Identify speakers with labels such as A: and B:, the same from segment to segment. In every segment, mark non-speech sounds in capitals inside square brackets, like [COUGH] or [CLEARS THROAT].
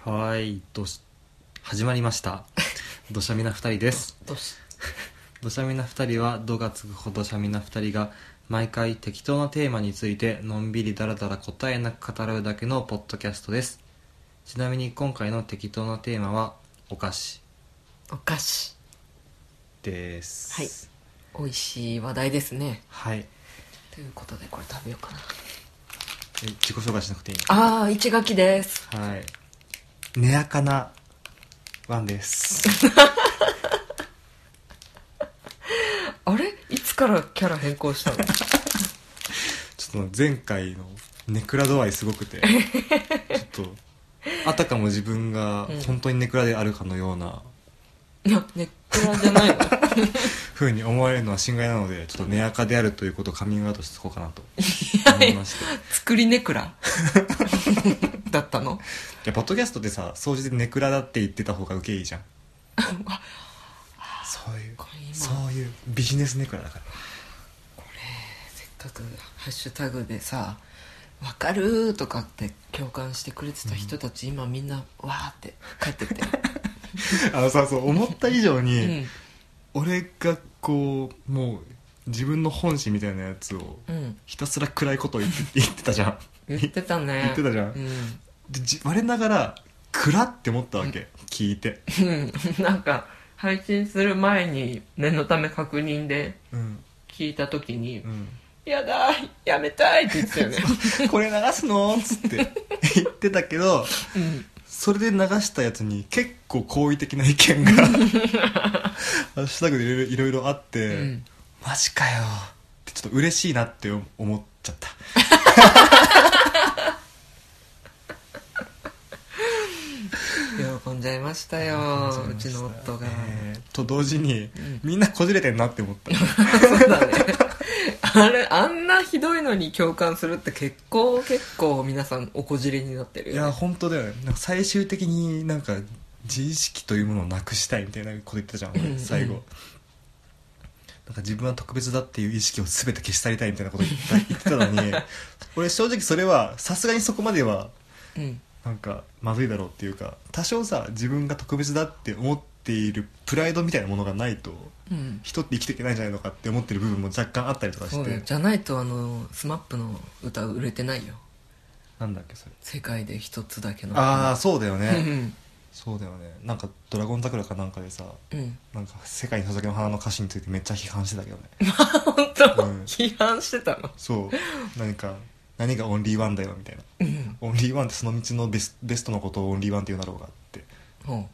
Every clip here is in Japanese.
A: はーいどし始まりました
B: [LAUGHS]
A: 「どしゃみな2人」です
B: どうし
A: 「どしゃみな2人」は「ど」がつくほどしゃみな2人が毎回適当なテーマについてのんびりだらだら答えなく語らうだけのポッドキャストですちなみに今回の適当なテーマは「お菓子
B: お菓子」
A: です
B: はい美味しい話題ですね
A: はい、え
B: ということでこれ食べようかな
A: 自己紹介しなくていい
B: ああ一垣です
A: はい寝やかなワンです
B: あれいつからキャラ変更 [LAUGHS] したの
A: ちょっと前回のネクラ度合いすごくてちょっとあたかも自分が
B: うん
A: 本当にネクラであるかのようない
B: やネックラじゃないの
A: ふうに思われるのは心外なのでちょっと寝やかであるということをカミングアウトしていこうかなと思いましてい
B: [LAUGHS] 作りネクラ [LAUGHS] だったの
A: やポッドキャストってさ掃除でネクラだって言ってた方がウケいいじゃんそういう
B: これ今
A: そういうビジネスネクラだから
B: せっかくハッシュタグでさ「わかる」とかって共感してくれてた人たち、今みんなわーって帰って [LAUGHS] て、
A: あのさそう思った以上
B: う
A: に、
B: ん
A: 俺がこうもう自分の本心みたいなやつを
B: うん、
A: ひたすら暗いことを言って言ってたじゃん
B: 言ってたね
A: 言ってたじゃん
B: うん
A: でじ我ながら暗って思ったわけ、聞いて、
B: うんなん [LAUGHS] か配信する前に念のため確認で
A: うん
B: 聞いた時に
A: うん、
B: 「やだやめたい」って言ってたよね
A: [LAUGHS] これ流すのっつって言ってたけど
B: うん
A: それで流したやつに結構好意的な意見
B: [LAUGHS]
A: がハッシュタグでいろいろいろいろあって、
B: うん
A: マジかよってちょっと嬉しいなって思っちゃった
B: 喜んじゃいましたようちの夫が、
A: えーと同時に、
B: ん
A: みんなこじれてんなって思った
B: [LAUGHS] そうだね [LAUGHS] あれあんなひどいのに共感するって結構結構皆さんおこじれになってる
A: い
B: よね
A: や本当だよねなんか最終的になんか自意識というものをなくしたいみたいなこと言ってたじゃん、
B: うん
A: 最後
B: うん
A: なんか自分は特別だっていう意識を全て消し去りたいみたいなこと言った言ってたの
B: [LAUGHS]
A: に俺正直それはさすがにそこまでは
B: うん
A: なんかまずいだろうっていうか多少さ自分が特別だって思っているプライドみたいなものがないと
B: うん
A: 人って生きていけないんじゃないのかって思ってる部分も若干あったりとか
B: そ
A: し
B: うだよ
A: て
B: じゃないとあの SMAP の歌売れてないよ
A: なんだっけそれ
B: 世界で一つだけの
A: ああそうだよ
B: あう
A: ね
B: ん
A: そうだよねなんか「ドラゴン桜」かなんかでさ
B: うん
A: なんか世界に捧げの花の歌詞についてめっちゃ批判してたけどね
B: 本当、
A: うん
B: [LAUGHS] 批判してたの
A: そう何か何がオンリーワンだよみたいな
B: うん
A: オンリーワンってその道のベスベストのことをオンリーワンって言うだろうがって
B: ほ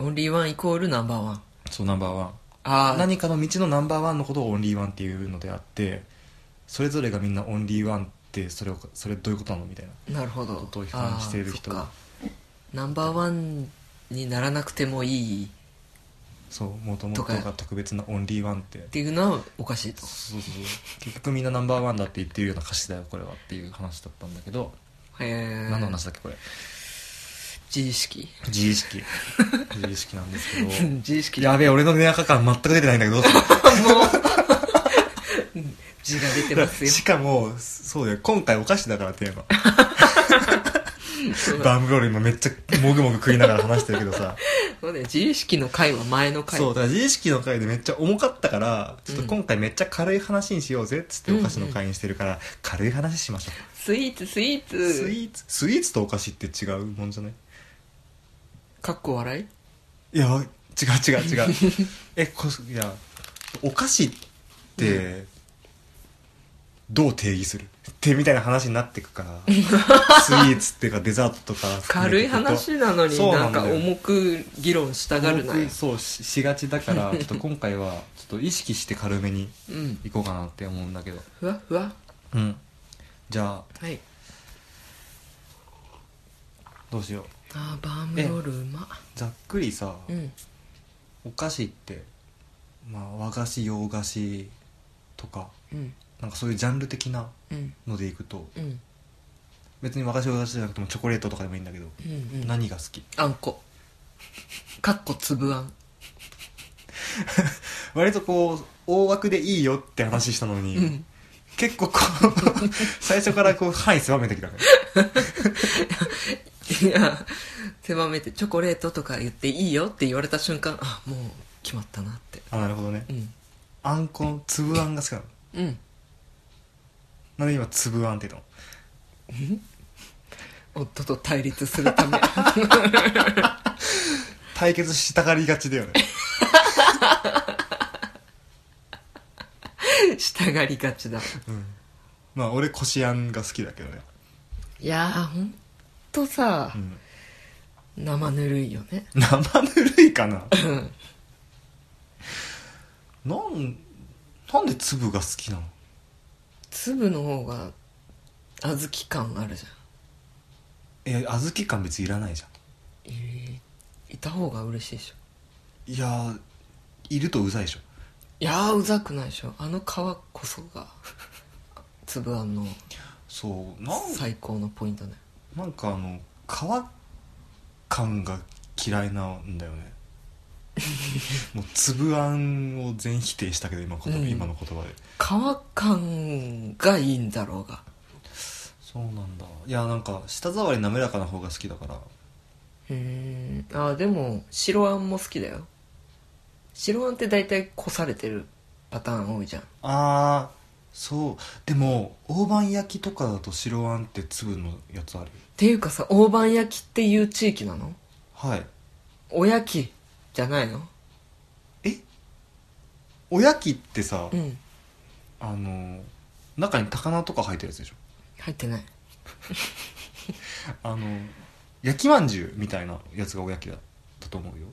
B: うオンリーワンイコールナンバーワン
A: そうナンバーワン
B: ああ
A: 何かの道のナンバーワンのことをオンリーワンっていうのであってそれぞれがみんなオンリーワンってそれをそれどういうことなのみたいな
B: なるほど
A: ことを批判している人
B: あーそっかナンバーワンにならなくてもいい
A: そうもともと
B: と
A: が
B: か
A: 特別なオンリーワンって
B: っていうのはおかしいと
A: そうそうそう結局みんなナンバーワンだって言ってるような歌詞だよこれはっていう話だったんだけど、
B: へえ
A: 何の話だっけこれ
B: 自意識
A: 自意識自意識なんですけど
B: [LAUGHS] 自意識
A: やべえ俺の寝垢感全く出てないんだけどどうする
B: 字が [LAUGHS] 出てますよ
A: しかもそうだよ今回お菓子だからテーマ
B: そうだ
A: バンブロール今めっちゃもぐもぐ食いながら話してるけど
B: [LAUGHS]
A: さ
B: そうだよ自意識の回は前の回
A: そうだから自意識の回でめっちゃ重かったからちょっと今回めっちゃ軽い話にしようぜっつってお菓子の回にしてるから、軽い話しましょ
B: スイーツスイー
A: う、
B: ツ
A: スイーツスイーツとお菓子って違うもんじゃない
B: かっこ笑い
A: いや違う違う違う
B: [LAUGHS]
A: えこいやお菓子って、どう定義するってみたいな話になってくから
B: [LAUGHS]
A: スイーツっていうかデザートとか
B: 軽い話なのに
A: そう
B: な
A: なんんだよ
B: か重く議論したがるなよ
A: 僕そうししがちだから
B: [LAUGHS]
A: ちょっと今回はちょっと意識して軽めに
B: うん
A: いこうかなって思うんだけど
B: ふわふわ
A: うんじゃあ
B: はい
A: どうしよう
B: あーバームロールうま
A: ざっくりさ、
B: うん
A: お菓子って、まあ、和菓子洋菓子とか
B: うん
A: なんかそういうジャンル的な
B: うん
A: のでいくと
B: うん
A: 別に和菓子洋菓子じゃなくてもチョコレートとかでもいいんだけど、
B: うんうん
A: 何が好き
B: あんこかっこつぶあん
A: 割とこう大枠でいいよって話したのに、
B: うん
A: [LAUGHS] 結構こう最初からこう範囲狭めてきたね
B: いや狭めてチョコレートとか言っていいよって言われた瞬間あもう決まったなって
A: あなるほどね
B: うん
A: あんこの粒あんが好きなの
B: うん
A: なんで今粒あんって言っ
B: 夫と対立するため
A: たの対決したがりがちだ [LAUGHS] よね
B: 従りがちだ
A: うんまあ俺こしあんが好きだけどね
B: いやーほんとさ、
A: うん
B: 生ぬるいよね
A: 生ぬるいかな
B: うん
A: なんなんで粒が好きなの
B: 粒の方が小豆感あるじ
A: え小豆感別にいらないじゃ
B: ゃんいいた方が嬉しいでしょ
A: んいやーいるとうざいでしょ
B: いやーうざくないでしょあの皮こそが粒あんの
A: そうなん
B: 最高のポイントね
A: なんかあの皮感が嫌いなんだよ [LAUGHS] ねもう粒あんを全否定したけど今言葉、
B: うん
A: 今の言葉で
B: 皮感がいいんだろうが
A: そうなんだいやなんか舌触り滑らかな方が好きだから
B: うーんあーでも白あんも好きだよ白あんって大体こされてるパターン多いじゃん
A: ああそうでも大判焼きとかだと白あんって粒のやつある
B: っていうかさ大判焼きっていう地域なの
A: はい
B: おやきじゃないの
A: えおやきってさ、
B: うん
A: あの中に高菜とか入ってるやつでしょ
B: 入ってない
A: あの焼きまんじゅうみたいなやつがおやきだったと思うよ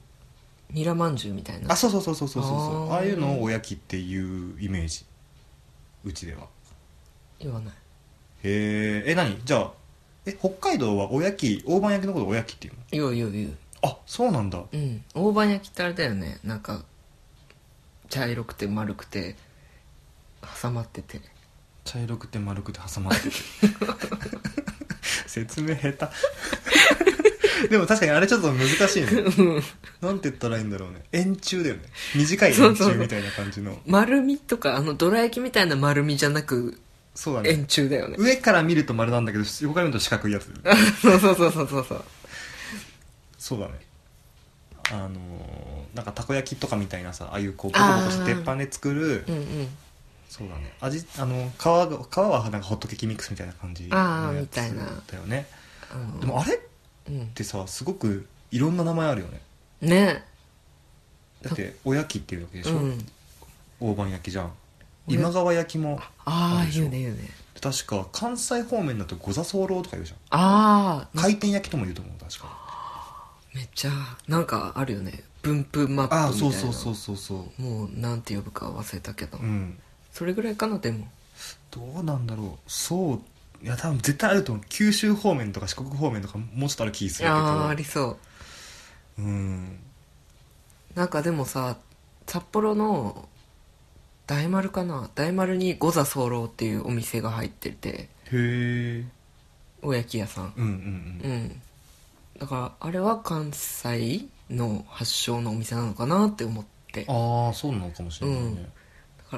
B: ニラまんじゅうみたいな
A: あそうそうそうそうそうそうそう
B: あー
A: ああいうのをおやきっていうイメージうちでは
B: 言わない
A: へーえ何じゃあえ北海道はおやき大判焼きのことをおやきっていうの
B: 言う言う言う
A: あそうなんだ
B: うん大判焼きってあれだよねなんか茶色くて丸くて挟まってて
A: 茶色くて丸くて挟まってて [LAUGHS] 説明下手でも確かにあれちょっと難しいねなんて言ったらいいんだろうね円柱だよね短い円柱みたいな感じの
B: 丸みとかあのどら焼きみたいな丸みじゃなく
A: そうだね
B: 円柱だよね
A: 上から見ると丸なんだけど横から見ると四角いやつ
B: そうそうそうそうそうそう
A: そうだねあのーなんかたこ焼きとかみたいなさああいうこうボコボコした鉄板で作る
B: うんうん
A: そうだね味あの皮が皮はなんかホットケーキミックスみたいな感じの
B: あー
A: や
B: み
A: つ
B: たいな
A: だよね
B: あの
A: でもあれっ
B: うん
A: てさすごくいろんな名前あるよね
B: ね
A: だっておやきっていうわけでしょ、
B: うん
A: 大判焼きじゃん
B: おや
A: 今川焼きもあ
B: ああ
A: るでしょ
B: 言うね言うね
A: 確か関西方面だとご座候とか言うじゃん
B: ああ
A: 回転焼きとも言うと思う確か
B: めっちゃなんかあるよね分布マップみたい
A: あ
B: な
A: あそうそうそうそうそう
B: もうなんて呼ぶか忘れたけど、
A: うん
B: それぐらいかなでも
A: どうなんだろうそういや多分絶対あると思う九州方面とか四国方面とかもうちょっとある気するけど
B: ああありそう
A: うん
B: なんかでもさ札幌の大丸かな大丸に五座候っていうお店が入ってて
A: へえ
B: おやき屋さん
A: うんうんう
B: うんんだからあれは関西の発祥のお店なのかなって思ってだ
A: ああそうなのかもしれないね、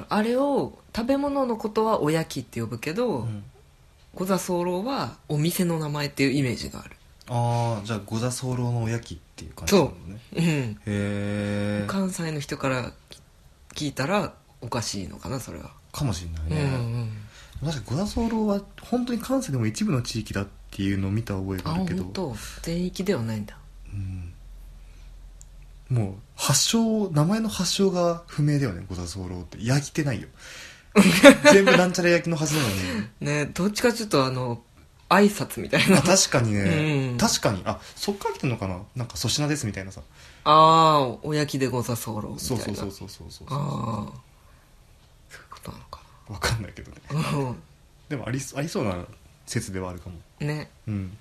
B: からあれを食べ物のことはおやきって呼ぶけ
A: う
B: ど
A: ん
B: 五座候はお店の名前っていうイメージがある
A: ああじゃあご座候のおやきっていう感じなのね
B: うん
A: へえ
B: 関西の人から聞いたらおかしいのかなそれは
A: かもしれないうね、
B: んうん
A: 確かに五座候は本当に関西でも一部の地域だっていうのを見た覚え
B: あ
A: があるけど
B: 本当全域ではないんだ
A: うんもう発祥名前の発祥が不明だよね五座候って焼きて
B: [LAUGHS]
A: ないよ全部なんちゃら焼きのはずなのに、
B: ねどっちかちょっとあの挨拶みたい
A: [LAUGHS]
B: な
A: あ確かにね、
B: うん
A: 確かにあそっから来てんのかななんか粗品ですみたいなさ
B: ああおやきでござそうろうみた
A: そ
B: いうな
A: そうそうそうそうそう
B: ああそういうことなのか
A: わかんないけどね
B: な
A: でもありありそうな説ではあるかも
B: うんね
A: うん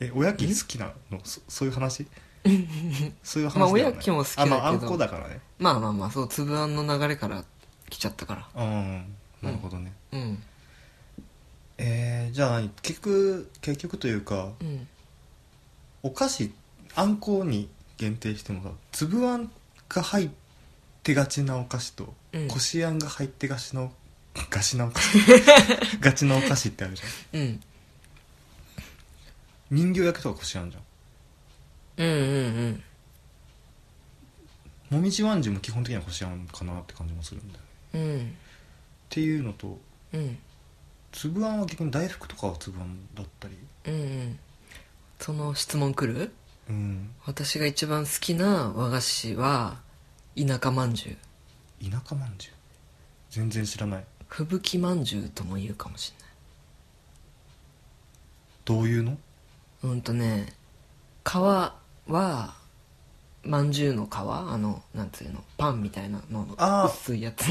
A: えおやき好きなのそそういう
B: [LAUGHS]
A: 話そういう話で
B: まあ
A: は
B: おやきも好きだけど
A: あ,、まあ、あんこだからね
B: まあまあまあそう粒あんの流れから来ちゃったか
A: うんなるほどね、
B: らうん
A: えー、じゃあ何結局結局というか
B: うん
A: お菓子あんこに限定してもさ粒あんが入ってがちなお菓子と、
B: うん
A: こしあんが入ってがちなお
B: [LAUGHS]
A: がちなお菓子がちなお菓子ってあるじゃん
B: うん
A: 人形焼きとかこしあんじゃん
B: うんうん
A: もみじまんじゅうも基本的にはこしあんかなって感じもするんだよね
B: うんうん
A: っていうのと
B: うん
A: 粒あんは逆に大福とかは粒あんだったり
B: うんうんその質問来る
A: うん
B: 私が一番好きな和菓子は田舎まんじゅう
A: 田舎まんじゅう全然知らない
B: 吹雪まんじゅうとも言うかもし
A: どういうの
B: れないうんとね皮はまんじゅうの皮あのなんていうのパンみたいなの
A: あー
B: の薄いやつ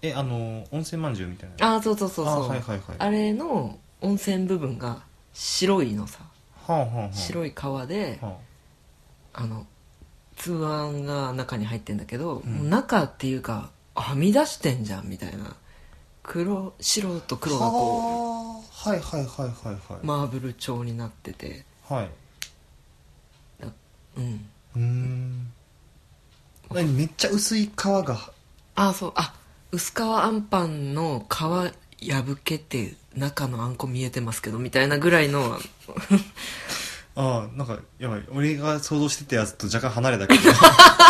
A: えあの温泉まんじゅうみたいな
B: ああそうそうそうそ
A: あ
B: うあ,、
A: はいはいはい
B: れの温泉部分が白いのさ
A: はあはあはあ
B: 白い皮で、
A: は
B: あの粒あんが中に入ってんだけど、
A: うん
B: もう中っていうかはみ出してんじゃんみたいな黒白と黒が
A: は
B: こ
A: あはいはいはいはいは
B: う
A: い、
B: マーブル調になってて
A: はいう
B: うん
A: ーん何めっちゃ薄い皮が
B: あそうあ薄皮あんパンの皮破けて中のあんこ見えてますけどみたいなぐらいの
A: ああなんかやばい俺が想像してたやつと若干離れたけど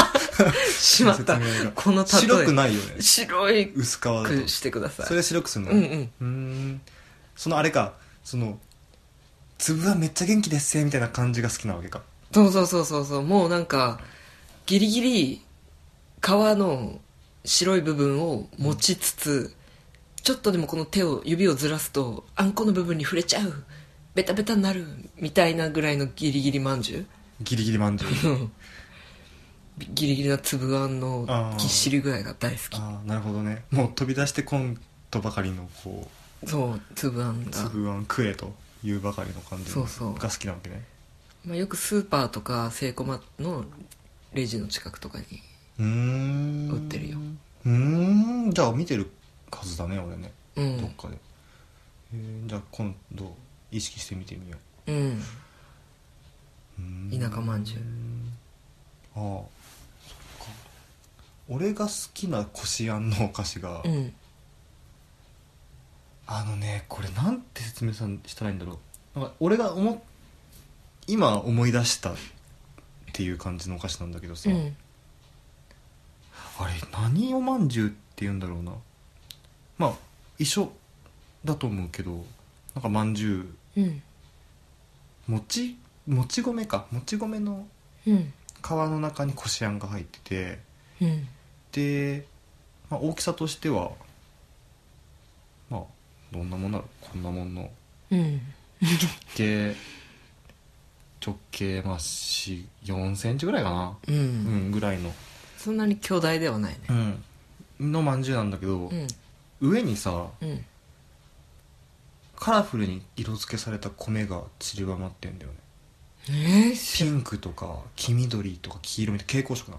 B: [LAUGHS] し
A: [LAUGHS]
B: まった
A: 説明が
B: この例え
A: 白くないよね
B: 白い
A: 薄皮だと
B: くしてください
A: それ白くするの
B: うんうん
A: ーんそのあれかその粒はめっちゃ元気ですぜみたいな感じが好きなわけか
B: そうそうそうそうそうもうなんかギリギリ皮の白い部分を持ちつつ、ちょっとでもこの手を指をずらすとあんこの部分に触れちゃうベタベタになるみたいなぐらいのギリギリまんじゅう [LAUGHS]
A: ギリギリまんじゅう
B: ギリギリな粒あんの
A: あー
B: ぎっしり具合が大好
A: ああなるほどねもう飛び出してこんとばかりのこう
B: きそう粒あんが、
A: 粒あん食えというばかりの感じ
B: そうそう
A: が好きなわけね
B: まあ、よくスーパーとかセイコマのレジの近くとかに
A: うーん
B: 売ってるよ
A: うーんじゃあ見てる数だね俺ね、
B: う
A: どっ
B: ん
A: かで、えーじゃあ今度意識して見てみよ
B: うん
A: ううーん
B: 田舎まんじゅう
A: ああそっか俺が好きなこしあんのお菓子が、
B: うん
A: あのねこれなんて説明さんしたらいいんだろうなんか俺が思っ今思い出したっていう感じのお菓子なんだけどさ、
B: うん
A: あれ何おまんじゅうって言うんだろうなまあ一緒だと思うけどなんかまんじゅう
B: うん
A: もちもち米かもち米の
B: うん
A: 皮の中にこしあんが入ってて
B: うん
A: で、まあ、大きさとしてはまあどんなもんだろうこんなもんの
B: うん
A: 直径直径まあ4 4センチぐらいかなう
B: う
A: ん
B: ん、
A: ぐらいの、
B: そんなに巨大ではないね
A: うん、のまんじゅうなんだけど
B: う、ん
A: 上にさ
B: うん
A: カラフルに色付けされた米が散りばまってんだよね
B: えー
A: ピ
B: し、
A: ンクとか黄緑とか黄色みたいな蛍光色な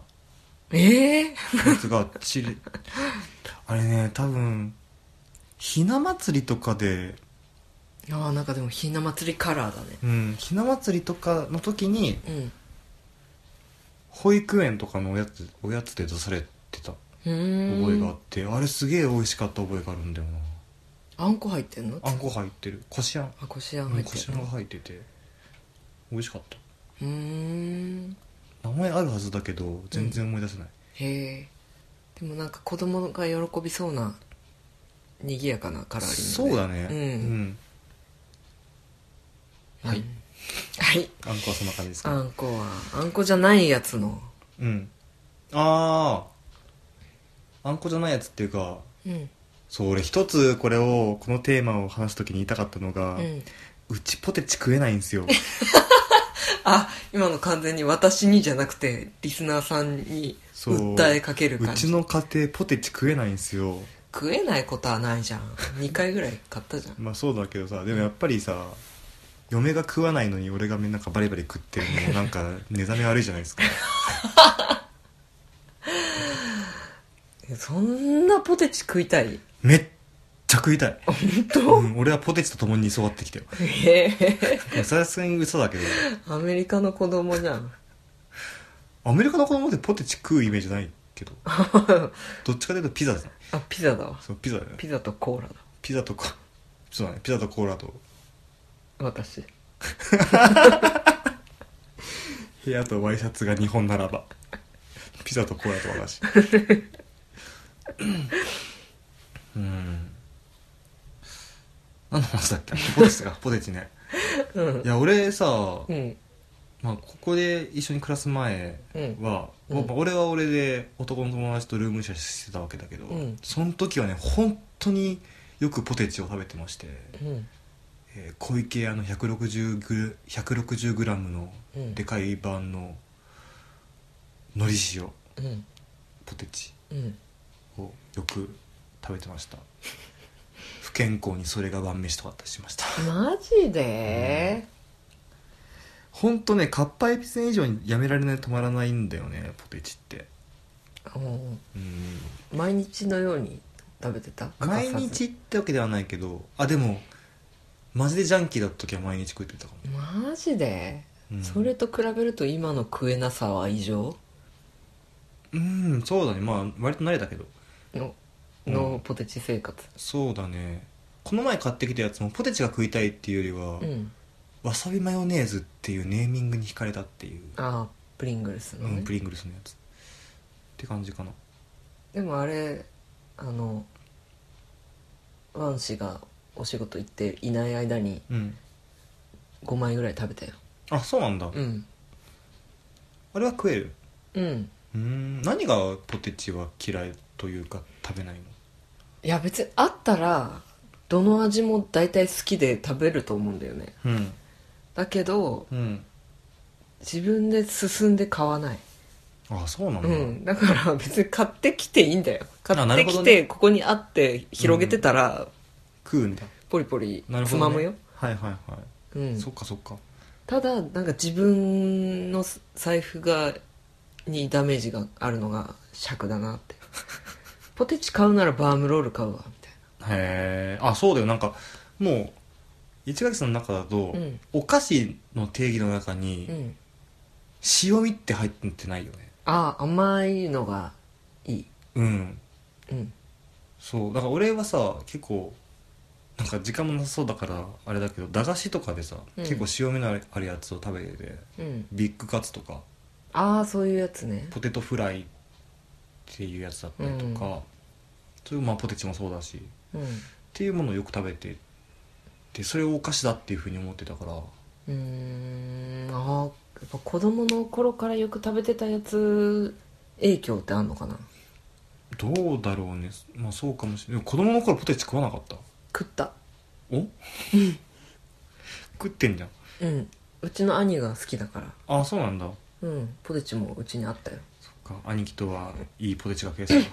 B: えー、
A: やつが散り [LAUGHS] あれね多分ひな祭りとかで
B: ああなんかでもひな祭りカラーだね
A: うんひな祭りとかの時に
B: うん
A: 保育園とかのおやつおやつで出されてた
B: うーん
A: 覚えがあってあれすげえ美味しかった覚えがあるんだよ
B: あんこ入ってんの
A: なあんこ入ってるこしあん
B: あこしあん
A: う
B: 入
A: ん
B: っ
A: こ
B: て
A: し
B: ん
A: あんが
B: の
A: 入ってて美味しかっ
B: うーん
A: た名前あるはずだけど全然思い出せない、
B: へえでもなんか子供が喜びそうな賑やかなカラーリン
A: そ
B: グ
A: うだね
B: うん
A: ん
B: うん
A: はい
B: はい
A: あんこはそんな感じです
B: あ
A: か
B: んこはあんこじゃないやつの
A: うんあああんこじゃないやつっていうか
B: うん
A: そう俺一つこれをこのテーマを話す時に言いたかったの
B: う
A: が、うんちポテチ食えないんですよ
B: あ今の完全に私にじゃなくてリスナーさんに
A: そう
B: 訴えかける
A: う
B: 感じ
A: ちの家庭ポテチ食えないんですよ
B: 食えないことはないじゃん2回ぐらい買ったじゃん
A: まあそうだけどさでもやっぱりさ嫁が食わないのに俺がみんなバリバリ食ってるのも
B: [LAUGHS]
A: なんか寝覚め悪いじゃないですか
B: えそんなポテチ食いたい
A: めっちゃ食いたい、
B: 本
A: う
B: 当
A: ん、俺はポテチと共に育って
B: [LAUGHS]
A: きたよ
B: へえ
A: まあさすがに嘘だけど
B: アメリカの子供じゃん [LAUGHS]
A: アメリカの子供ってポテチ食うイメージないけどどっちかというとピザだね
B: あピザだわ
A: そうピザだね
B: ピザとコーラだ
A: ピザとかそうだねピザとコーラと
B: 私
A: 部屋とワイシャツが2本ならばピザとコーラと私うん何の話だっけポテチかポテチね
B: うん
A: いや俺さ、
B: うん
A: まあ、ここで一緒に暮らす前は、
B: うん
A: まあ俺は俺で男の友達とルームシェアしてたわけだけど、
B: うん
A: その時はね本当によくポテチを食べてまして、
B: うん
A: えー小池屋の160グル160グラムの
B: うん
A: でかい版ののり塩
B: うん
A: ポテチ
B: うん
A: をよく食べてました
B: [LAUGHS]
A: 不健康にそれが晩飯とかあったりしました
B: マジで
A: 本当ねカッパエピセン以上にやめられない止まらないんだよねポテチって
B: も
A: うん
B: う毎日のように食べてた欠か
A: 毎
B: さず
A: 日ってわけではないけどあでもマジでジャンキーだった時は毎日食ってたかも、
B: マジで
A: うん、
B: それと比べると今の食えなさは異常
A: うんそうだねまあ割と慣れたけど
B: の
A: うん
B: のポテチ生活
A: そうだねこの前買ってきたやつもポテチが食いたいっていうよりは、
B: うん
A: わさびマヨネーズっていうネーミングに惹かれたっていう、
B: ああプリングルスの
A: う
B: ね
A: ん、プリングルスのやつって感じかな
B: でもあれあのワン氏がお仕事行っていない間に
A: うん
B: 5枚ぐらい食べたよ
A: あそうなんだ、
B: うん
A: あれは食える
B: うん
A: うーん何がポテチは嫌いというか食べないの
B: いや別にあったらどの味も大体好きで食べると思うんだよね
A: うん
B: だけど
A: うん
B: 自分で進んで買わない
A: あそうなん
B: う
A: だ、
B: んだから別に買ってきていいんだよ買
A: な
B: っ
A: る
B: て
A: ほどね
B: きてここにあって広げてたら
A: 食うんだ
B: ポリポリ
A: なる
B: つ
A: ほど、ね、
B: まむよ、
A: はいはいはい、
B: うん
A: そっかそっか
B: ただなんか自分の財布がにダメージがあるのが尺だなって [LAUGHS] ポテチ買うならバームロール買うわみたい
A: へえあそうだよなんかもう市垣さんの中だと、
B: うん
A: お菓子の定義の中に、
B: なうん
A: 塩味って入ってないよね
B: ああ甘いのがいい
A: うん
B: うん
A: そうだから俺はさ結構なんか時間もなさそうだからあれだけど駄菓子とかでさ、
B: うん
A: 結構塩味のあるやつを食べてて
B: うん
A: ビッグカツとか
B: ああそういうやつね
A: ポテトフライっていうやつだったりとか、
B: う
A: そういうまあポテチもそうだしっ
B: うん
A: ていうものをよく食べてでそれをお菓子だっていうふうに思ってたから
B: うーんああやっぱ子供の頃からよく食べてたやつ影響ってあんのかな
A: どうだろうねまあそうかもしれないでも子供の頃ポテチ食わなかった
B: 食った [LAUGHS]
A: お食ってんじゃん
B: うんうちの兄が好きだから
A: あそうなんだそ
B: うんポテチもうちにあったよ
A: っか兄貴とはいいポテチが増えそうだ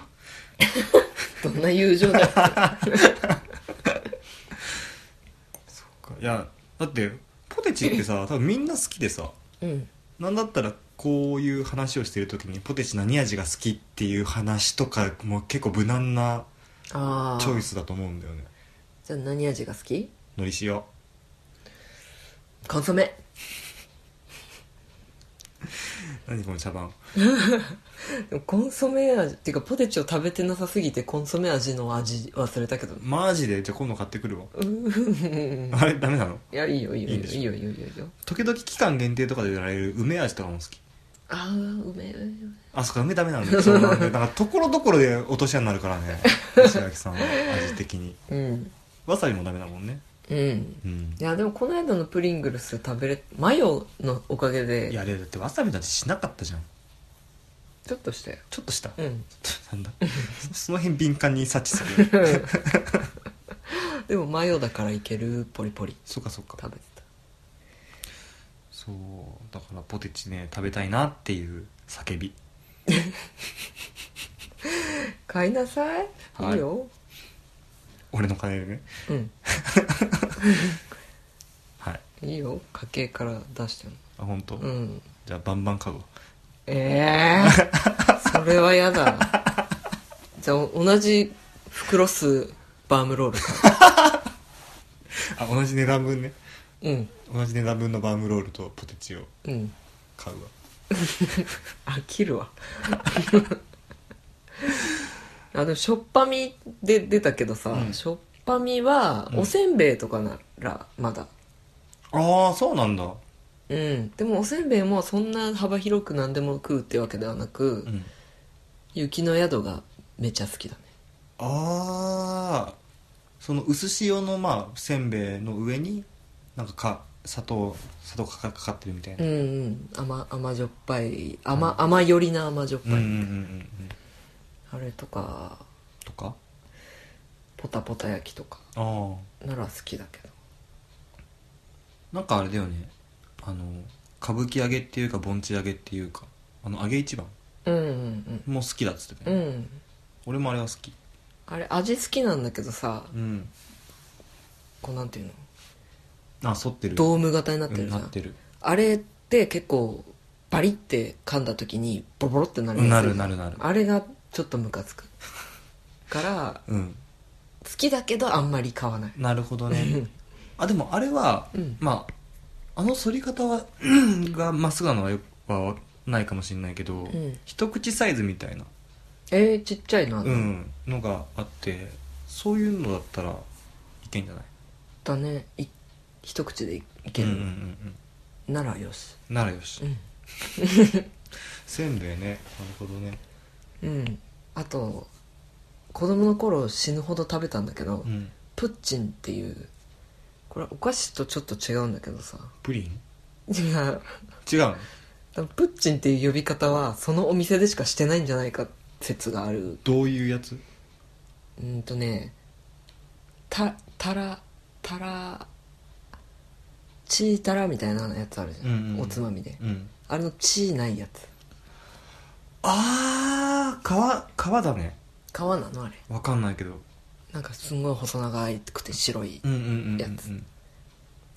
B: どんな友情 [LAUGHS] だよ
A: そっかいやだってポテチってさ多分みんな好きでさ
B: うん
A: なんだったらこういう話をしてる時にポテチ何味が好きっていう話とかも結構無難な
B: ああ
A: チョイスだと思うんだよね
B: じゃあ何味が好き
A: のり塩
B: コンソメ
A: 何この茶番
B: でもコンソメ味っていうかポテチを食べてなさすぎてコンソメ味の味忘れたけ [LAUGHS] ど
A: マジでじゃあ今度買ってくるわ
B: うん
A: あれダメなの
B: いやいいよいいよ
A: いい
B: いい
A: ん
B: よ
A: でしょ
B: いいよいいよいいよ
A: 時々期間限定とかで売られる梅味とかも好き
B: ああうめえ
A: あそっか梅ダメなんだよそうなんだよだからところどころで落とし穴になるからね石垣さんは味的に
B: うん
A: わさびもダメだもんね
B: うん
A: うん
B: いやでもこの間のプリングルス食べれマヨのおかげ
A: いや
B: で
A: あれだってわさびなんてしなかったじゃん
B: ちょっとしたよ
A: ちょっとした、
B: うん
A: [LAUGHS]
B: [LAUGHS]
A: なんだそ [LAUGHS] その辺敏感に察知す [LAUGHS] る
B: でもマヨだからいけるポリポリ
A: そうかそうか
B: 食べてた
A: そうだからポテチね食べたいなっていう叫び
B: 買いなさい、
A: はい
B: い、いよ
A: 俺の金でね
B: うん
A: はい
B: いいよ家計から出しても
A: あ本当、
B: うん
A: じゃあバンバン買うわ
B: ええそれはや [LAUGHS] だじゃあ同じ袋数バームロールか
A: あ同じ値段分ね
B: うん
A: 同じ値段分のバームロールとポテチを
B: うん
A: 買うわ
B: 飽きる [LAUGHS] わあのしょっぱみで出たけどさ、
A: うん
B: しょっぱみは
A: うん
B: おせんべいとかならまだ
A: ああそうなんだう
B: うんでもおせんべいもそんな幅広く何でも食うってわけではなく、
A: ん
B: 雪の宿がめちゃ好きだね
A: ああその薄塩のまあせんべいの上になんかか砂糖砂糖かかかかってるみたいな、
B: う
A: うん、
B: んうん甘甘じょっぱい甘,、甘よりな甘じょっぱい、
A: うんうんうんうん
B: あれとか
A: とか
B: ポタポタ焼きとか
A: ああ
B: なら好きだけど
A: なんかあれだよねあの歌舞伎揚げっていうか盆地揚げっていうかあの揚げ一番
B: うんうん
A: も好きだっつってた
B: うん
A: よ、
B: うん
A: 俺もあれは好き
B: あれ味好きなんだけどさ
A: うん
B: こうなんていうの
A: あ反ってる
B: ドーム型になって
A: う
B: る
A: ん
B: じゃ、
A: なんってる
B: あれって結構バリって噛んだ時にボロボロってなるやつ
A: なるなるなる
B: あれがちょっとムカつくから
A: うん
B: 好きだけどあんまり買わない
A: なるほどね [LAUGHS] あでもあれは、
B: うん
A: まああの反り方は [CLEARS THROAT] うんがまっすぐなのはよはないかもしれないけど、
B: ん
A: 一口サイズみたいな、
B: えー、ちっちゃいな、
A: うん、のがあってそういうのだったらいけんじゃない
B: だねい一口でいけ
A: う
B: る、
A: んうんうん
B: ならよし
A: うんならよし、
B: うん
A: せんべいねなるほどね
B: うんあと子供の頃死ぬほど食べたんだけど、
A: うん
B: プッチンっていうこれはお菓子とちょっと違うんだけどさ
A: プリン違
B: 違う
A: うの
B: 多分プッチンっていう呼び方はそのお店でしかしてないんじゃないか説がある
A: どういうやつ
B: うーんとねたたらたらチーたらみたいなやつあるじゃん,、
A: うんうんうん
B: おつまみで
A: うん
B: あれのチーないやつ
A: ああ皮皮だね
B: 皮なのあれ
A: わかんないけど
B: なんかすんごい細長くて白い、
A: うんうんうんうん
B: やつ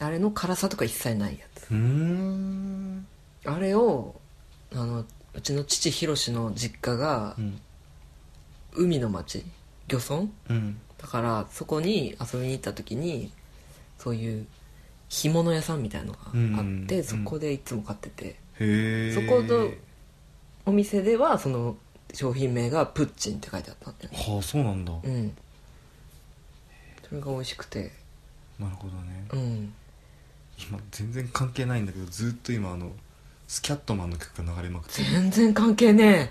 B: あれの辛さとか一切ないやつ
A: うーん
B: あれをあのうちの父ひろしの実家が
A: うん
B: 海の町漁村
A: うん
B: だからそこに遊びに行った時にそういう干物屋さんみたいのがあ
A: うん
B: っ
A: うんう
B: て
A: ん
B: そこでいつも買ってて
A: へえ
B: そこのお店ではその商品名がプッチンって書いてあったんだよね
A: はあそうなんだ、
B: うんそれが美味しくて
A: なるほどね
B: うん
A: 今全然関係ないんだけどずっと今あのスキャットマンの曲が流れまくってる
B: 全然関
A: [LAUGHS]
B: 係ねえ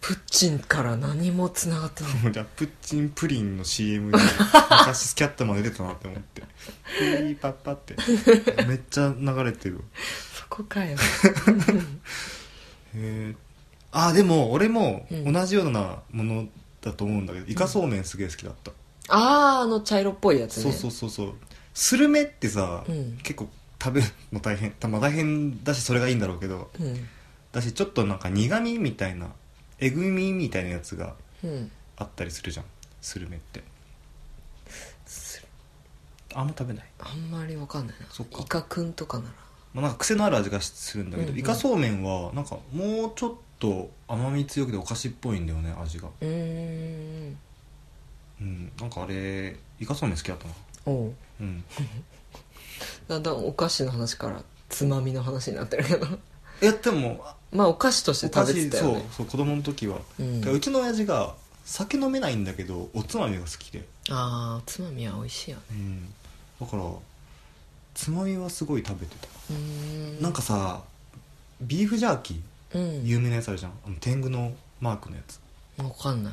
B: プッチンから何もつながってない
A: もうラプッチンプリンの CM に昔スキャットマン出てたなって思ってピーパッパってめっちゃ流れてる
B: そこか
A: へ
B: よ
A: えあでも俺も
B: うん
A: 同じようなものだと思うんだけど、イカそうめんすげえ好きだった、
B: あああの茶色っぽいやつね
A: そうそうそうそうスルメってさ、
B: うん
A: 結構食べるの大変たまあ大変だしそれがいいんだろうけど
B: うん
A: だしちょっとなんか苦味みたいなえぐみみたいなやつが
B: うん
A: あったりするじゃんスルメってあんま食べない、
B: あんまりわかんないな
A: そっか
B: イカくんとかなら
A: まあ、なんか癖のある味がするんだけど、
B: うんうん
A: イカそうめんはなんかもうちょっと甘み強くてお菓子っぽいんだよね味が
B: うーん
A: うんなんかあれイカそうめん好きだったな
B: おう
A: うん
B: だんだんお菓子の話からつまみの話になってるけど [LAUGHS]
A: いやでも
B: まあお菓子として
A: お菓
B: 食べ
A: 子
B: てたよ
A: そう
B: ね
A: そう子供の時は、
B: う、
A: うんうちの親父が酒飲めないんだけどおつまみが好きで、
B: ああつまみは美味しいよね
A: うん、だからつまみはすごい食べてた、
B: うーん
A: なんかさビーフジャーキー
B: うん
A: 有名なやつあるじゃんあの天狗のマークのやつ
B: わかんない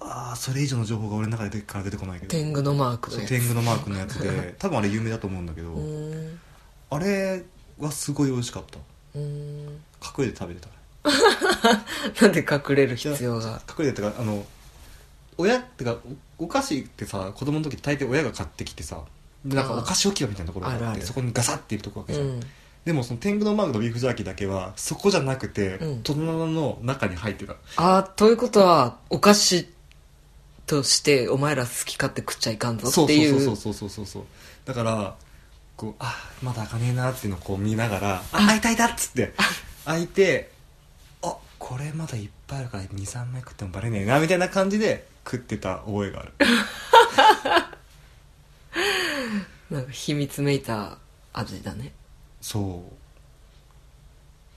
A: ああそれ以上の情報が俺の中で出てから出てこないけど
B: 天狗のマーク
A: そう
B: で
A: 天狗のマークのやつで多分あれ有名だと思うんだけど、
B: うーん
A: あれはすごい美味しかった
B: うーん
A: 隠れて食べてた
B: なんで隠れる必要が
A: 隠れてってかあの親ってかおお菓子ってさ子供の時大抵親が買ってきてさでなんか
B: あー
A: お菓子置き場みたいなところがあって
B: あるある
A: そこにガサッて入れとくわけ
B: う
A: じゃん、
B: ん
A: でもその天狗のマークのビーフジャーキーだけはそこじゃなくて、
B: うん
A: トナナの中に入ってた
B: ああということはお菓子としてお前ら好き勝手食っちゃいかんぞ
A: そう
B: ってい
A: そううそうそうそうそうそうだからこうあまだ開かねえなっていうのをこう見ながら「あ開いた開いた」っつって開いて「あこれまだいっぱいあるから23枚食ってもバレねえな」みたいな感じで食ってた覚えがある
B: なんか秘密めいた味だね
A: そう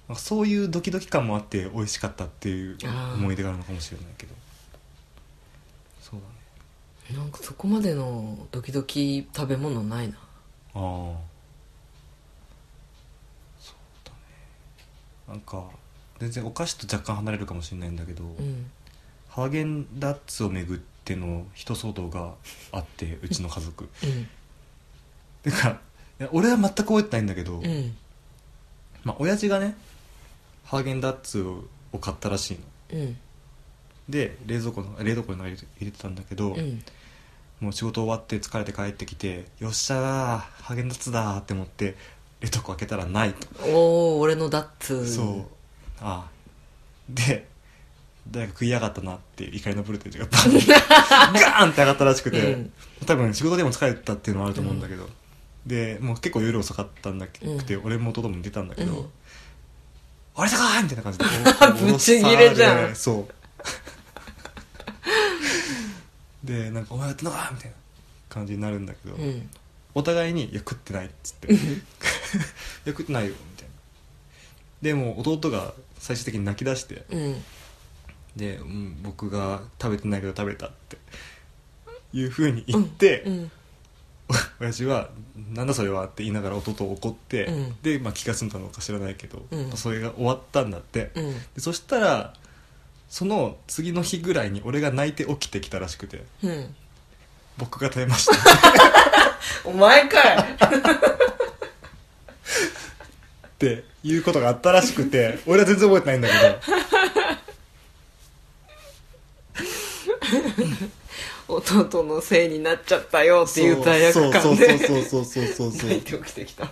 A: なんかそういうドキドキ感もあって美味しかったっていう
B: あー
A: 思い出があるのかもしれないけどそうだね
B: なんかそこまでのドキドキ食べ物ないな
A: ああそうだねなんか全然お菓子と若干離れるかもしれないんだけど、
B: うん
A: ハーゲンダッツをめぐっての人騒動があってうちの家族 [LAUGHS] てかいや俺は全く覚えてないんだけど、
B: うんうん
A: まあ親父がねハーゲンダッツを買ったらしいの
B: うん
A: で冷蔵庫の冷蔵庫に入れて入れてたんだけど、
B: うん
A: もう仕事終わって疲れて帰ってきてよっしゃーハーゲンダッツだーって思って冷凍庫開けたらないと、
B: おお俺のダッツ
A: そうああで誰か食いやがったなっていう怒りのボルテージがバン
B: [LAUGHS]
A: ガーンって上がったらしくて、
B: うん
A: 多分仕事でも疲れてたっていうのはあると思うんだけど、でもう結構夜遅かったんだけど、
B: う
A: 俺も弟も出たんだけど、
B: うん
A: あれだかーいみたいな感じで
B: [LAUGHS] ぶち切れじゃん
A: おろされそう [LAUGHS] でなんか「お前やってんのか!」みたいな感じになるんだけど、
B: うん
A: お互いに「いや食ってない」っつ [LAUGHS] って「いや食ってないよ」みたいなでも弟が最終的に泣き出して
B: うん
A: で、うん、僕が食べてないけど食べたっていうふうに言って、
B: うん
A: 親父は「なんだそれは」って言いながら弟を怒って、
B: うん
A: で、まあ、気が済んだのか知らないけど、
B: うん
A: それが終わったんだって、
B: うん
A: でそしたらその次の日ぐらいに俺が泣いて起きてきたらしくて
B: うん
A: 「僕が食べました
B: お前かい」
A: っていうことがあったらしくて俺は全然覚えてないんだけど
B: 弟のせいになっちゃったよっていう罪悪
A: そ
B: 感
A: うそう
B: で
A: そうそうそうそうそうそ
B: 泣いうて起きてきた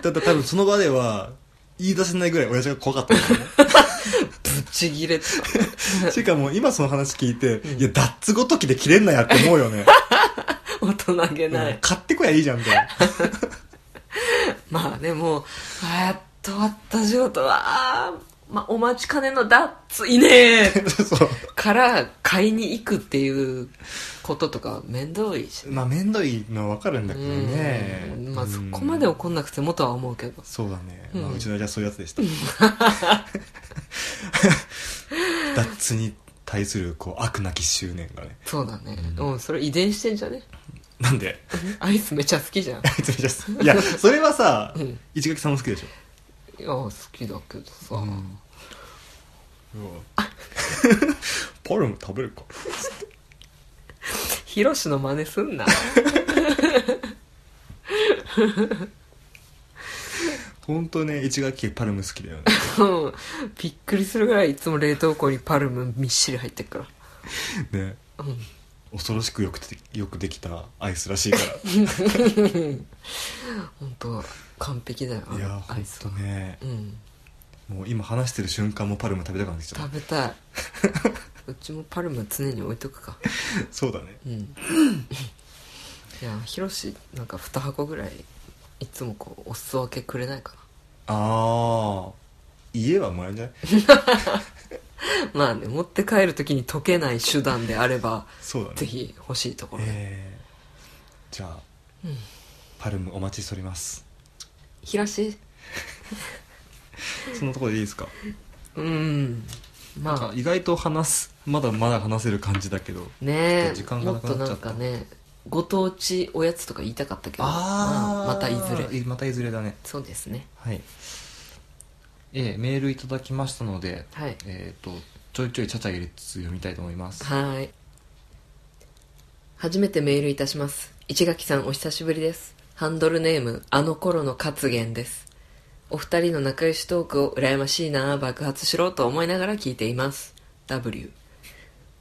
A: ただ多分その場では言い出せないぐらい親父が怖かったんだよね
B: ぶち切れて
A: しかも今その話聞いて、いや、ダッツごときで切れんなやって思うよね。
B: た大人げない、
A: うん買ってこやいいじゃんみたいな。
B: まあでもあやっと終わった仕事はあー、まあ、お待ちかねのダッツいねえ
A: そう。
B: から買いに行くっていうこととか面倒いし
A: まあ、めんどいのはわかるんだけどね。
B: うんまあ
A: うん
B: そこまで怒んなくてもとは思うけど
A: そうだね。
B: うん
A: まあ、うちの親父はそういうやつでした。ダッツに対する、こう、悪なき執念がね。
B: そうだねうんそれ遺伝してんじゃね
A: なんで、
B: アイスめちゃ好き
A: [LAUGHS]
B: じゃん
A: めちゃめちゃすいや、それはさ
B: うん、
A: 市垣さんも好きでし
B: いや好きだけどさ、
A: ょ。うん。 [LAUGHS] パルム食べるか。
B: ヒロシの真似すんな
A: ほんとね、市垣パルム好きだよね。
B: うんびっくりするぐらいいつも冷凍庫にパルムみっしり入ってるから
A: [LAUGHS] ね、
B: うん
A: 恐ろしくよくてよくできたアイスらしい [LAUGHS] か
B: 本当完璧だよあ
A: ら
B: の
A: いや
B: ア
A: ほ
B: イ
A: ん
B: ス
A: と
B: は
A: ね
B: うん
A: もう今話してる瞬間もパルム食べたくなってきちゃっ
B: 食
A: [LAUGHS]
B: べたいうちもパルム常に置いとくか
A: たそうだね
B: うんいやヒロシなんか2箱ぐらいいつもこうお裾分けくれないか
A: ああ家はもらえんじゃない
B: なまあね持って帰る時に解けない手段であれば
A: そうだね
B: ぜひ欲しいところ、
A: えー、じゃあ、パルムお待ちしております
B: ヒロシ
A: そのところでいいですか
B: うんま
A: なんか
B: あ
A: 意外と話すまだまだ話せる感じだけど
B: ね
A: ちょ
B: え
A: っと時間が
B: も
A: な
B: っ
A: く
B: と
A: なっ
B: な
A: ちゃ
B: ん
A: った
B: かねご当地おやつとか言いたかったけどまあまたいずれ
A: またいずれだね
B: そうですね
A: はいえー、メールいただきましたので、
B: はい
A: えっ、とちょいちょいちゃちゃ入れつつ読みたいと思います
B: はい。初めてメールいたします。市垣さんお久しぶりです。ハンドルネーム、あの頃の活言です。お二人の仲良しトークを羨ましいなあ爆発しろと思いながら聞いています。W。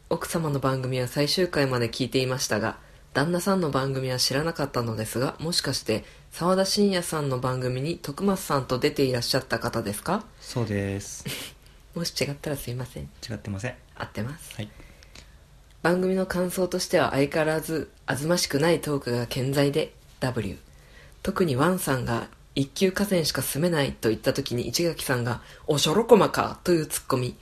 B: 奥様の番組は最終回まで聞いていましたが、旦那さんの番組は知らなかったのですが、もしかして、沢田信也さんの番組に徳松さんと出ていらっしゃった方ですか
A: そうです
B: もし違ったらすいません。
A: 違ってません
B: 合ってます。
A: はい
B: 番組の感想としては相変わらずあずましくないトークが健在で W 特にワンさんが一級河川しか住めないと言った時に市垣さんが「おしょろこまか!」というツッコミ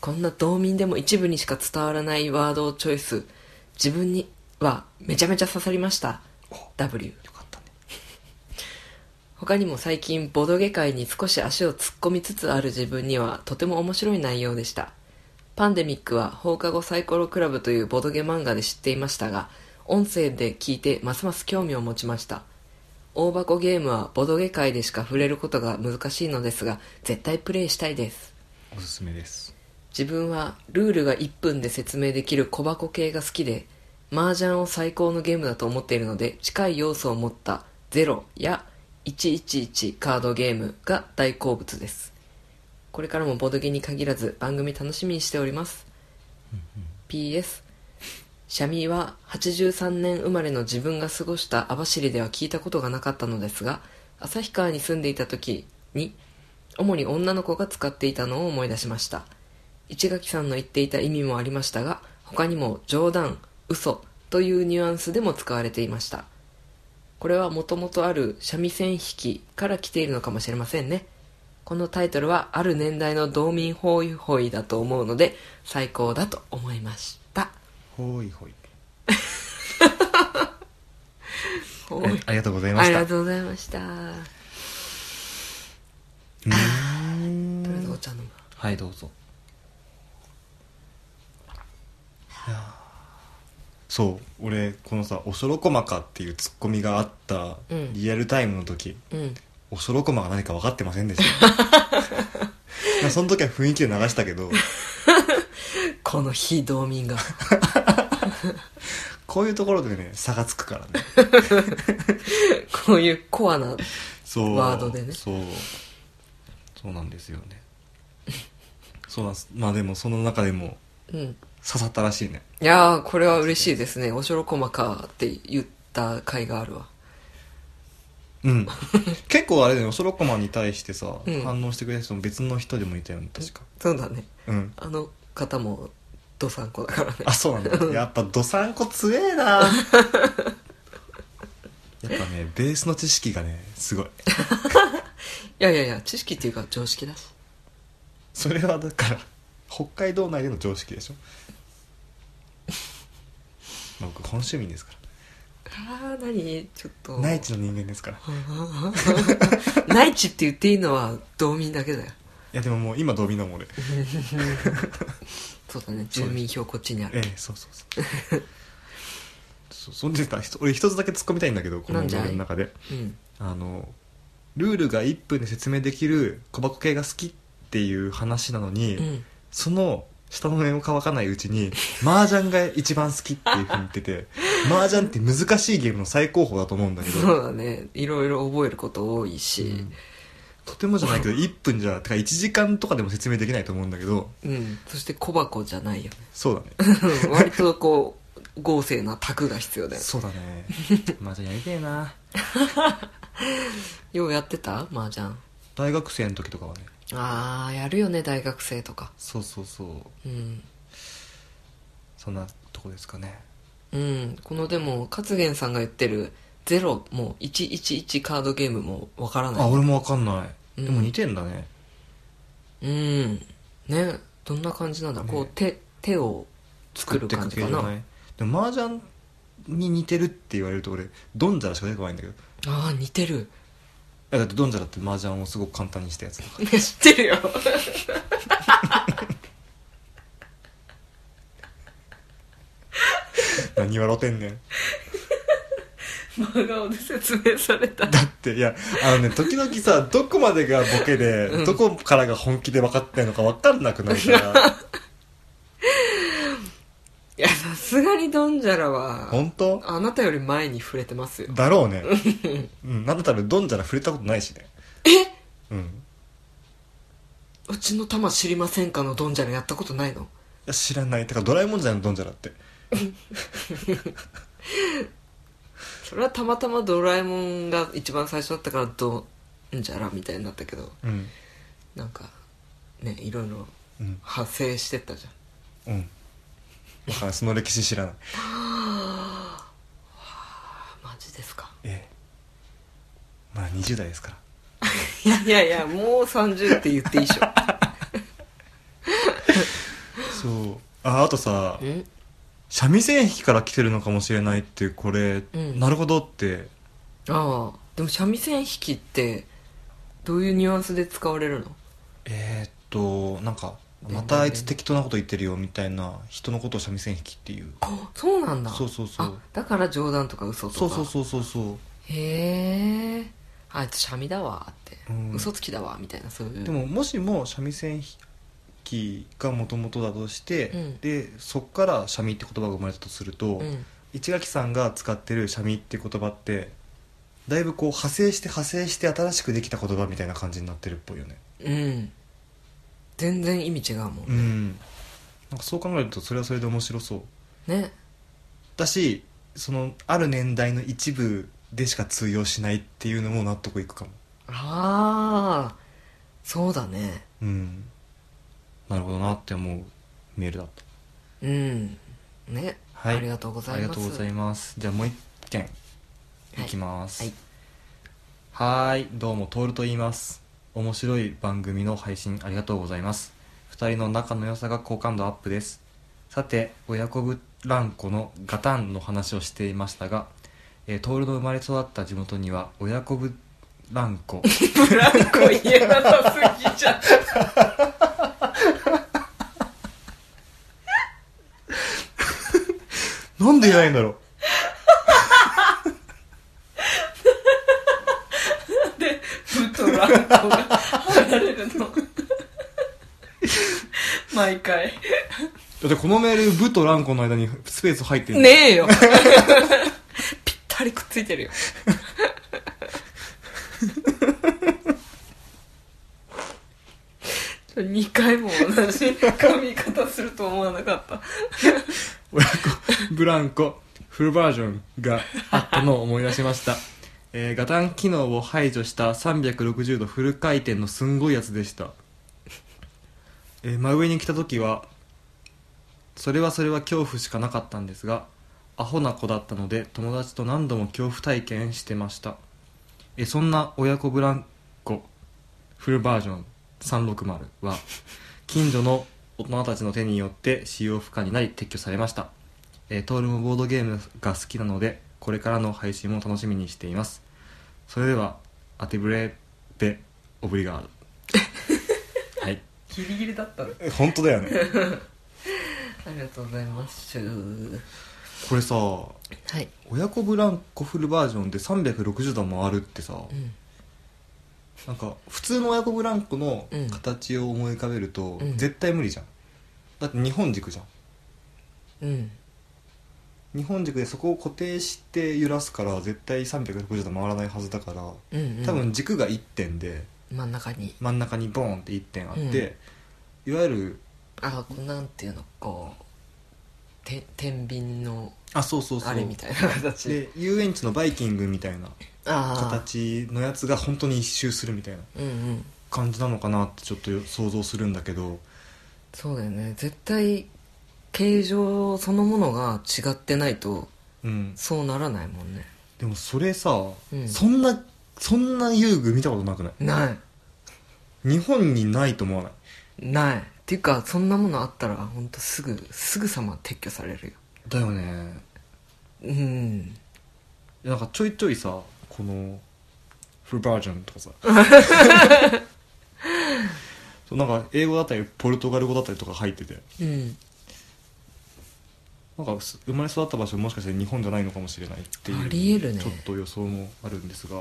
B: こんな道民でも一部にしか伝わらないワードをチョイス自分にはめちゃめちゃ刺さりました W
A: よかったね
B: 他にも最近ボドゲ界に少し足を突っ込みつつある自分にはとても面白い内容でしたパンデミックは放課後サイコロクラブというボドゲ漫画で知っていましたが音声で聞いてますます興味を持ちました大箱ゲームはボドゲ界でしか触れることが難しいのですが絶対プレイしたいです
A: おすすめです
B: 自分はルールが1分で説明できる小箱系が好きで麻雀を最高のゲームだと思っているので近い要素を持った0や111カードゲームが大好物ですこれからもボドゲに限らず番組楽しみにしております PS シャミは83年生まれの自分が過ごした網走では聞いたことがなかったのですが旭川に住んでいた時に主に女の子が使っていたのを思い出しました市垣さんの言っていた意味もありましたが他にも冗談嘘というニュアンスでも使われていましたこれはもともとある三味線弾きから来ているのかもしれませんねこのタイトルはある年代の道民ホイホイだと思うので最高だと思いました
A: ほいほい
B: ほい
A: えありがとうございま
B: あ
A: し
B: り
A: た
B: がとうございました
A: うーん
B: とりあえずお茶飲む
A: はいどうぞいやーそう俺このさ「おしょろこまか」っていうツッコミがあった
B: うん
A: リアルタイムの時、
B: うん
A: おしょろこまが何か分かってませんでした
B: [LAUGHS]
A: まあその時は雰囲気で流したけど
B: この非道民が [LAUGHS]
A: こういうところでね差がつく
B: [LAUGHS]
A: からね
B: こういうコアな
A: そう
B: ワードでね
A: そうそうなんですよねそうなんですまあでもその中でも
B: うん
A: 刺さったらしいね
B: いやーこれは嬉しいですねおしょろこまかって言った甲斐があるわ [LAUGHS]
A: うん、結構あれだよおそろこまに対してさ、
B: うん
A: 反応してくれる人も別の人でもいたよね確か
B: そうだね
A: うん
B: あの方もどさんこだからね
A: あそうなんだやっぱどさんこ強え
B: [LAUGHS]
A: なやっぱねベースの知識がねすごい
B: いやいやいや知識っていうか常識だし
A: それはだから北海道内での常識でしょまあ僕本州民ですか
B: ああ何ちょっ
A: ら
B: と [LAUGHS]
A: 内地の人間ですからい
B: 内地って言っていいのは道民だけだよ
A: やでももう今ドミノも俺
B: そうだね住民票こっちにあ
A: え
B: る
A: えそうそうそうそそんでさひと俺一つだけ突っ込みたいんだけどこの
B: なんじゃい
A: 俺の中で
B: うん
A: あのルールが1分で説明できる小箱系が好きっていう話なのに、
B: うん
A: その下の面を乾かないうちに麻雀が一番好きっていうふうに言ってて麻雀って難しいゲームの最高峰だと思うんだけ
B: そ
A: ど、
B: うだねいろいろ覚えること多いし
A: とてもじゃないけど1分じゃてか1時間とかでも説明できないと思うんだけど
B: うん、そして小箱じゃないよね
A: そうだね
B: [LAUGHS]
A: [LAUGHS]
B: 割とこう豪勢な卓が必要だよ
A: そうだね麻雀やりてえな
B: ようやってた麻雀
A: 大学生の時とかはね
B: ああやるよね大学生とか
A: そうそうそう
B: うん
A: そんなとこですかね
B: うんこのでも勝元さんが言ってる0も111カードゲームもわからな
A: あ
B: い
A: 俺もわかんない、
B: うん
A: でも似てんだね
B: うんねどんな感じなんだろう、
A: ね
B: こう手手を作る感じか
A: 作っていく
B: な
A: 系じゃないでも麻雀に似てるって言われると俺ドンジャラしか出てこないんだけどい
B: ああ似てる
A: やだってドンジャラって麻雀をすごく簡単にしたやつだか
B: 知って [LAUGHS] るよ
A: [LAUGHS] ら何笑てんねん
B: 真顔で説明された
A: だっていやあのね時々さどこまでがボケで、
B: うん
A: どこからが本気で分かってんのか分かんなくなる
B: [LAUGHS]
A: から
B: いやさすがにドンジャラは
A: 本当
B: あなたより前に触れてますよ
A: だろうねうんなんだったらドンジャラ触れたことないしね
B: え
A: うん
B: うちの玉知りませんかのドンジャラやったことないの
A: いや知らないてかドラえもんじゃないのドンジャラって
B: それはたまたまドラえもんが一番最初だったからドンジャラみたいになったけど
A: うん
B: なんかねいろいろ
A: うん
B: 派生してったじゃん
A: うんだからその歴史知らない
B: あマジですか
A: ええまあ20代ですから
B: いやいやいやもう30って言っていいでし
A: [LAUGHS]
B: ょ
A: そうああとさ
B: うん
A: 三味線弾きから来てるのかもしれないってこれ、
B: うん
A: なるほどって
B: ああでも三味線弾きってどういうニュアンスで使われるの
A: えー、っとなんかまたあいつ適当なこと言ってるよみたいな人のことを三味線弾きっていう
B: あそうなんだ
A: そうそうそう
B: あだから冗談とか嘘とか
A: そうそうそうそうそう
B: へえあいつシャミだわって、
A: うん
B: 嘘つきだわみたいなそういう
A: でももしも三味線弾きがもともとだとして、
B: うん
A: でそっから三味って言葉が生まれたとすると、
B: うん
A: 市垣さんが使ってる三味って言葉ってだいぶこう派生して派生して新しくできた言葉みたいな感じになってるっぽいよね
B: うん全然意味違うもん
A: うんなんかそう考えるとそれはそれで面白そう
B: ね
A: だしそのある年代の一部でしか通用しないっていうのも納得いくかも
B: ああそうだね
A: うんなるほどなって思うメールだった
B: うんね、
A: はい
B: ありがとうございます
A: ありがとうございますじゃあもう一件
B: はい
A: いきます
B: はい
A: はーいどうもトールと言います面白い番組の配信ありがとうございます二人の仲の良さが好感度アップですさて親子ぶらんこのガタンの話をしていましたが、えー、トールの生まれ育った地元には親子ぶらんこ
B: ブランコ言えなさすぎじゃん
A: [LAUGHS] なんでいないんだろう
B: でブとランコが離れるの毎回
A: だってこのメール「ぶ」と「らんこ」の間にスペース入ってる
B: ねえよ [LAUGHS] ぴったりくっついてるよ2回も同じ髪型すると思わなかった
A: 親子ブランコフルバージョンがあったのを思い出しました、えー、ガタン機能を排除した360度フル回転のすんごいやつでした、えー真上に来た時はそれはそれは恐怖しかなかったんですがアホな子だったので友達と何度も恐怖体験してました、えーそんな親子ブランコフルバージョン360は近所の大人たちの手によって使用不可になり撤去されました、えー、トールもボードゲームが好きなのでこれからの配信も楽しみにしていますそれではアテブレベオブリ [LAUGHS] ガードはい
B: ギリギリだったね
A: 本当だよね
B: ありがとうございますは
A: これさ
B: い、
A: 親子ブランコフルバージョンで360度回るってさ
B: うん、
A: なんか普通の親子ブランコの形を思い浮かべると、
B: うん
A: 絶対無理じゃんだって日本軸じゃん
B: うん
A: 日本軸でそこを固定して揺らすから絶対360度回らないはずだから
B: うんうん
A: 多分軸が1点で
B: 真ん中に
A: 真ん中にボーンって1点あって、いわゆる
B: あこうなんていうのこうて天秤の
A: あそうそうそう
B: あれみたいな形
A: で遊園地のバイキングみたいな
B: あ
A: 形のやつが本当に一周するみたいな
B: あうんうん
A: 感じなのかなってちょっと想像するんだけど
B: そうだよね絶対形状そのものが違ってないと
A: うん
B: そうならないもんね
A: でもそれさ、
B: うん
A: そんなそんな遊具見たことなくない
B: ない
A: 日本にないと思わない
B: ないっていうかそんなものあったら本当すぐすぐさま撤去されるよ
A: だよね
B: うん
A: いやなんかちょいちょいさこのフルバージョンとか
B: [LAUGHS]
A: さそうなんか英語だったりポルトガル語だったりとか入ってて
B: うん
A: なんかす生まれ育った場所もしかして日本じゃないのかもしれないっていう
B: ありえるね
A: ちょっと予想もあるんですが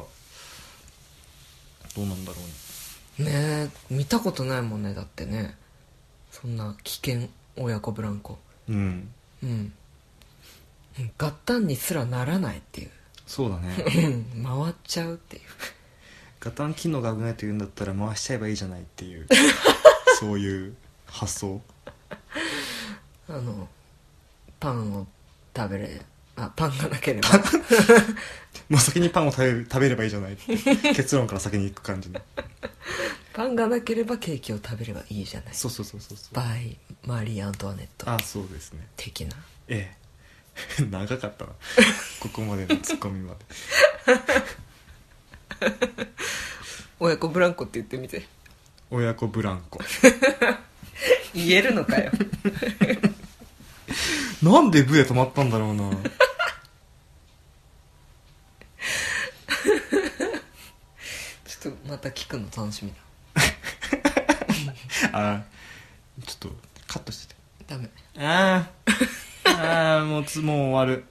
A: どうなんだろうね
B: ねえ見たことないもんねだってねそんな危険親子ブランコ
A: うん
B: うんうん合旦にすらならないっていう
A: そうだね
B: [LAUGHS] うん回っちゃうっていう
A: ガタン機能が危ないと言うんだったら回しちゃえばいいじゃないっていうそういう発想
B: あのパンを食べれあパンがなければ
A: もう先にパンを食べる食べればいいじゃないって結論から先に行く感じね
B: パンがなければケーキを食べればいいじゃない
A: そうそうそうそうそう
B: バイマリー・アントワネット
A: あそうですね
B: 的な
A: ええ [LAUGHS] 長かったなここまでのツッコミまで
B: 親子ブランコって言ってみて
A: 親子ブランコ
B: 言えるのか [LAUGHS] よ
A: [LAUGHS] なんで部で止まったんだろうな
B: ちょっとまた聞くの楽しみだ
A: [LAUGHS] あちょっとカットしてて
B: ダメ
A: あーあーもうつもう終わる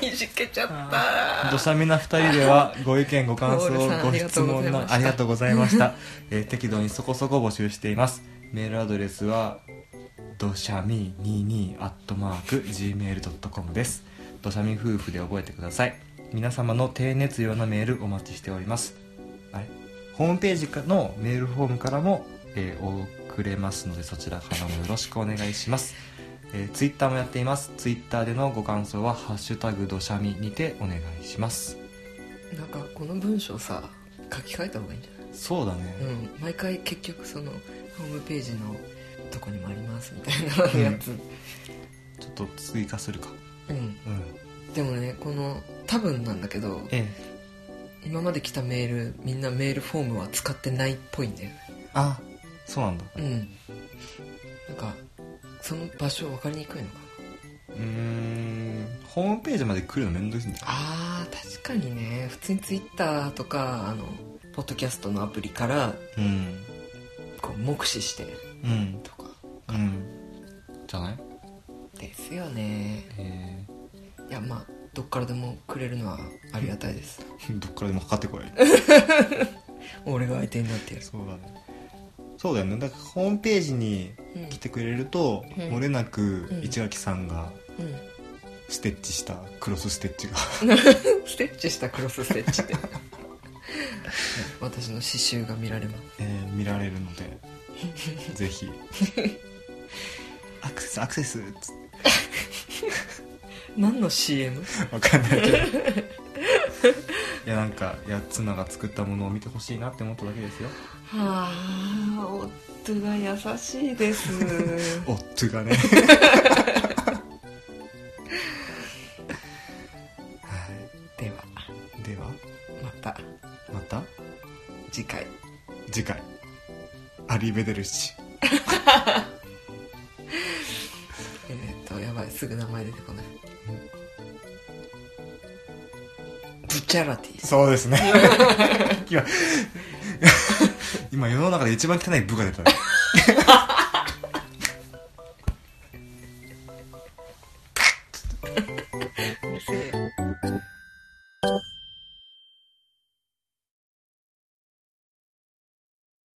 B: いじけちゃった
A: 土砂みな二人ではご意見ご感想
B: ポールさん
A: ご質問のあり
B: あり
A: が
B: が
A: と
B: と
A: うございました [LAUGHS] えー適度にそこそこ募集していますメールアドレスはどしゃみ22アットマーク gmail.com ですどしゃみ夫婦で覚えてください皆様の低熱量なメールお待ちしておりますあれホームページかのメールフォームからも、えー送れますのでそちらからもよろしくお願いしますえー、ツイッターもやっていますツイッターでのご感想は「ハッシュタグどしゃみ」にてお願いします
B: なんかこの文章さ書き換えた方がいいんじ
A: そうだ
B: ゃな
A: ね、
B: いうん毎回結局そのホームページのとこにもありますみたいなやつ
A: ちょっと追加するか
B: うん
A: うん
B: でもねこの多分なんだけど
A: え
B: 今まで来たメールみんなメールフォームは使ってないっぽいんだよね
A: えあそうなんだ
B: うんなんかその場所分かりにくいのか
A: うー
B: な
A: んホームページまで来るのめんどいんだよ
B: あー確かにね普通にツイッターとかあのポッドキャストのアプリから
A: うん
B: こう目視して
A: うん
B: とか
A: うんじゃない
B: ですよね
A: え
B: いやまあどっからでもくれるのはありがたいです
A: ー、 [LAUGHS] どっからでもかかってこい
B: 俺が相手になってやる
A: そうだねそうだよねだからホームページに
B: うん
A: 来てくれると、
B: うん
A: 漏れなく
B: うん
A: 市垣さんが
B: うん
A: ステッチしたクロスステッチが
B: ステッチしたクロスステッチで [LAUGHS] 私の刺繍が見られます
A: [LAUGHS] えー [LAUGHS] 見られるのでぜ [LAUGHS] ひアクセスアクセスっつっ
B: 何の CM?
A: てわかんないけどいやなんかいや妻が作ったものを見てほしいなって思っただけですよ
B: はあ夫が優し [LAUGHS] いです
A: 夫がねは
B: ではい
A: では
B: また
A: また
B: 次回
A: 次回アリーベデルシ
B: えーっとやばいすぐ名前出てこないブチャラティ
A: そうですね今今世の中で一番汚い部が出たね
B: 先生